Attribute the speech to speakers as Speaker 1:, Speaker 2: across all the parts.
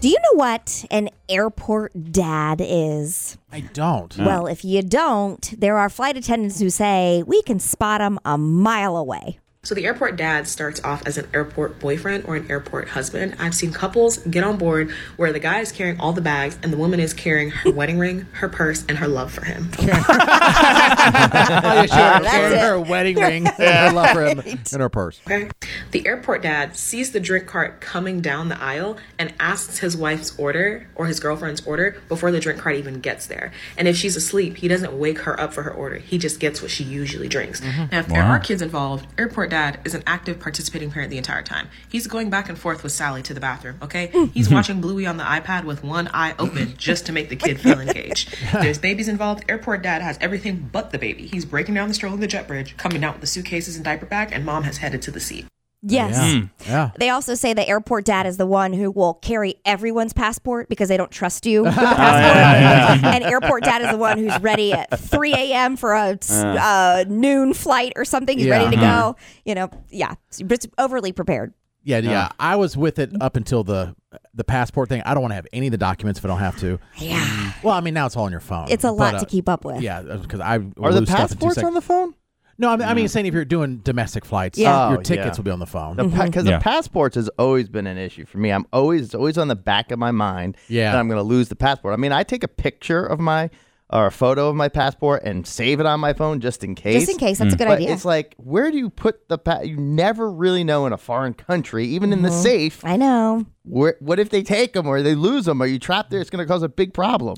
Speaker 1: Do you know what an airport dad is?
Speaker 2: I don't.
Speaker 1: Well, if you don't, there are flight attendants who say we can spot them a mile away.
Speaker 3: So the airport dad starts off as an airport boyfriend or an airport husband. I've seen couples get on board where the guy is carrying all the bags and the woman is carrying her wedding ring, her purse, and her love for him.
Speaker 2: oh, yeah, sure.
Speaker 1: That's it.
Speaker 2: her wedding ring and her love for him in her purse.
Speaker 3: Okay. The airport dad sees the drink cart coming down the aisle and asks his wife's order or his girlfriend's order before the drink cart even gets there. And if she's asleep, he doesn't wake her up for her order. He just gets what she usually drinks. Now, if there are kids involved, airport dad is an active participating parent the entire time. He's going back and forth with Sally to the bathroom, okay? He's watching Bluey on the iPad with one eye open just to make the kid feel engaged. If there's babies involved, airport dad has everything but the baby. He's breaking down the stroller of the jet bridge, coming out with the suitcases and diaper bag, and mom has headed to the seat.
Speaker 1: Yes.
Speaker 2: Yeah.
Speaker 1: They also say the airport dad is the one who will carry everyone's passport because they don't trust you with the passport. And airport dad is the one who's ready at 3 a.m. for a s- uh, noon flight or something. He's
Speaker 2: Yeah.
Speaker 1: ready to go. You know, yeah, it's overly prepared.
Speaker 2: Yeah, yeah. I was with it up until the the passport thing. I don't want to have any of the documents if I don't have to.
Speaker 1: Yeah,
Speaker 2: Well, I mean, now it's all on your phone.
Speaker 1: it's a lot
Speaker 2: Hmm. But, uh,
Speaker 1: to keep up with.
Speaker 2: Yeah, because I
Speaker 4: Are the passports on the phone?
Speaker 2: No, I mean, I mean saying if you're doing domestic flights,
Speaker 4: Yeah.
Speaker 2: your
Speaker 4: Oh,
Speaker 2: tickets
Speaker 4: yeah.
Speaker 2: will be on the phone.
Speaker 4: Because the, pa- 'cause the
Speaker 5: Yeah.
Speaker 4: passports has always been an issue for me. I'm always it's always on the back of my mind
Speaker 2: Yeah.
Speaker 4: that I'm going to lose the passport. I mean, I take a picture of my or a photo of my passport and save it on my phone just in case.
Speaker 1: Just in case, that's a good
Speaker 4: But
Speaker 1: idea.
Speaker 4: it's like, where do you put the pa- You never really know in a foreign country, even in the safe.
Speaker 1: Mm-hmm. I know.
Speaker 4: Where, what if they take them or they lose them? Are you trapped there? It's going to cause a big problem.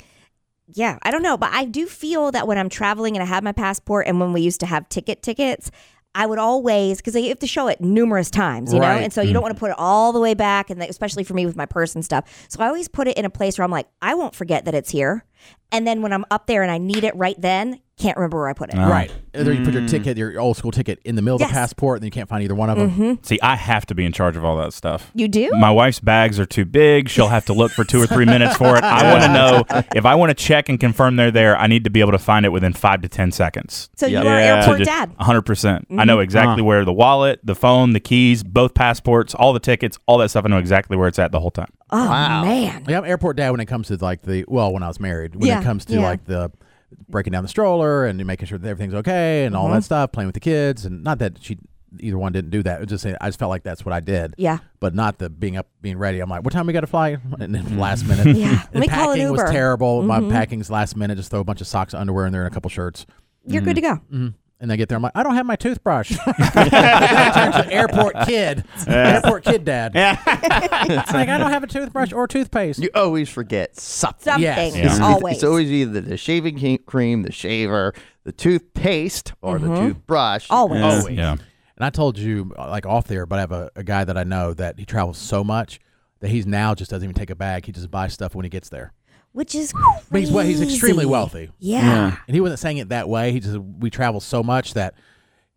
Speaker 1: Yeah, I don't know, but I do feel that when I'm traveling and I have my passport, and when we used to have ticket tickets, I would always because you have to show it numerous times, you
Speaker 2: Right.
Speaker 1: know, and so you
Speaker 4: Mm.
Speaker 1: don't want to put it all the way back, and that, especially for me with my purse and stuff. So I always put it in a place where I'm like, I won't forget that it's here, and then when I'm up there and I need it right then, can't remember where I put it.
Speaker 4: Uh-huh.
Speaker 2: Right. Either you put
Speaker 4: Mm.
Speaker 2: your ticket, your old school ticket, in the middle of
Speaker 1: Yes. Mm-hmm.
Speaker 2: the passport, and you can't find either one of them.
Speaker 5: See, I have to be in charge of all that stuff.
Speaker 1: You do?
Speaker 5: My wife's bags are too big. She'll have to look for two or three minutes for it. I want to know if I want to check and confirm they're there. I need to be able to find it within five to ten seconds.
Speaker 1: So you
Speaker 4: Yeah.
Speaker 1: are
Speaker 4: Yeah.
Speaker 1: airport
Speaker 5: So just
Speaker 1: dad.
Speaker 5: 100%. I know exactly where the wallet, the phone, the keys, both passports, all the tickets, all that stuff. I know exactly where it's at the whole time.
Speaker 1: Oh man,
Speaker 2: Yeah, I'm airport dad when it comes to like the well, when I was married, when
Speaker 1: Yeah,
Speaker 2: it comes to
Speaker 1: yeah.
Speaker 2: like the breaking down the stroller and making sure that everything's okay and all
Speaker 1: Mm-hmm.
Speaker 2: that stuff, playing with the kids, and not that she either one didn't do that. It was just saying I just felt like that's what I did.
Speaker 1: Yeah.
Speaker 2: but not the being up, being ready. I'm like, what time we got to fly? And then last minute,
Speaker 1: Mm. Yeah. Let
Speaker 2: And
Speaker 1: me call an
Speaker 2: packing was
Speaker 1: Uber. Mm-hmm.
Speaker 2: terrible. My packing's last minute. Just throw a bunch of socks, underwear in there, and a couple shirts.
Speaker 1: you're good to go.
Speaker 2: Mm, And I get there, I'm like, I don't have my toothbrush. I turn to airport kid, airport kid dad. it's like I don't have a toothbrush or toothpaste.
Speaker 4: You always forget something.
Speaker 1: Something
Speaker 2: Yes.
Speaker 4: It's- it's-
Speaker 1: always.
Speaker 4: It's always either the shaving ca- cream, the shaver, the toothpaste, or the toothbrush.
Speaker 1: Mm-hmm. Always.
Speaker 2: Always.
Speaker 5: Yeah.
Speaker 2: And I told you, uh, like off there, but I have a, a guy that I know that he travels so much that he's now just doesn't even take a bag. He just buys stuff when he gets there.
Speaker 1: which is
Speaker 2: But he's, well, he's extremely
Speaker 1: crazy.
Speaker 2: wealthy.
Speaker 1: Yeah.
Speaker 2: And he wasn't saying it that way. He just, we travel so much that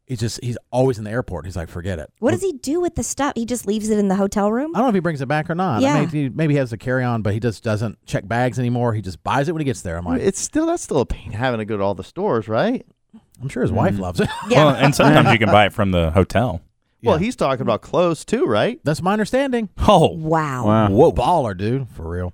Speaker 2: he's just, he's always in the airport. He's like, forget it.
Speaker 1: What does he do with the stuff? He just leaves it in the hotel room.
Speaker 2: I don't know if he brings it back or not. I
Speaker 1: Yeah.
Speaker 2: mean, he maybe he has a carry on, but he just doesn't check bags anymore. He just buys it when he gets there. I'm like,
Speaker 4: It's still that's still a pain having to go to all the stores, right?
Speaker 2: I'm sure his wife loves it.
Speaker 1: Yeah.
Speaker 5: Well, and sometimes you can buy it from the hotel.
Speaker 4: Well, he's talking about clothes too, right?
Speaker 2: That's my understanding.
Speaker 5: Oh,
Speaker 1: Wow.
Speaker 2: Whoa. Baller, dude. For real.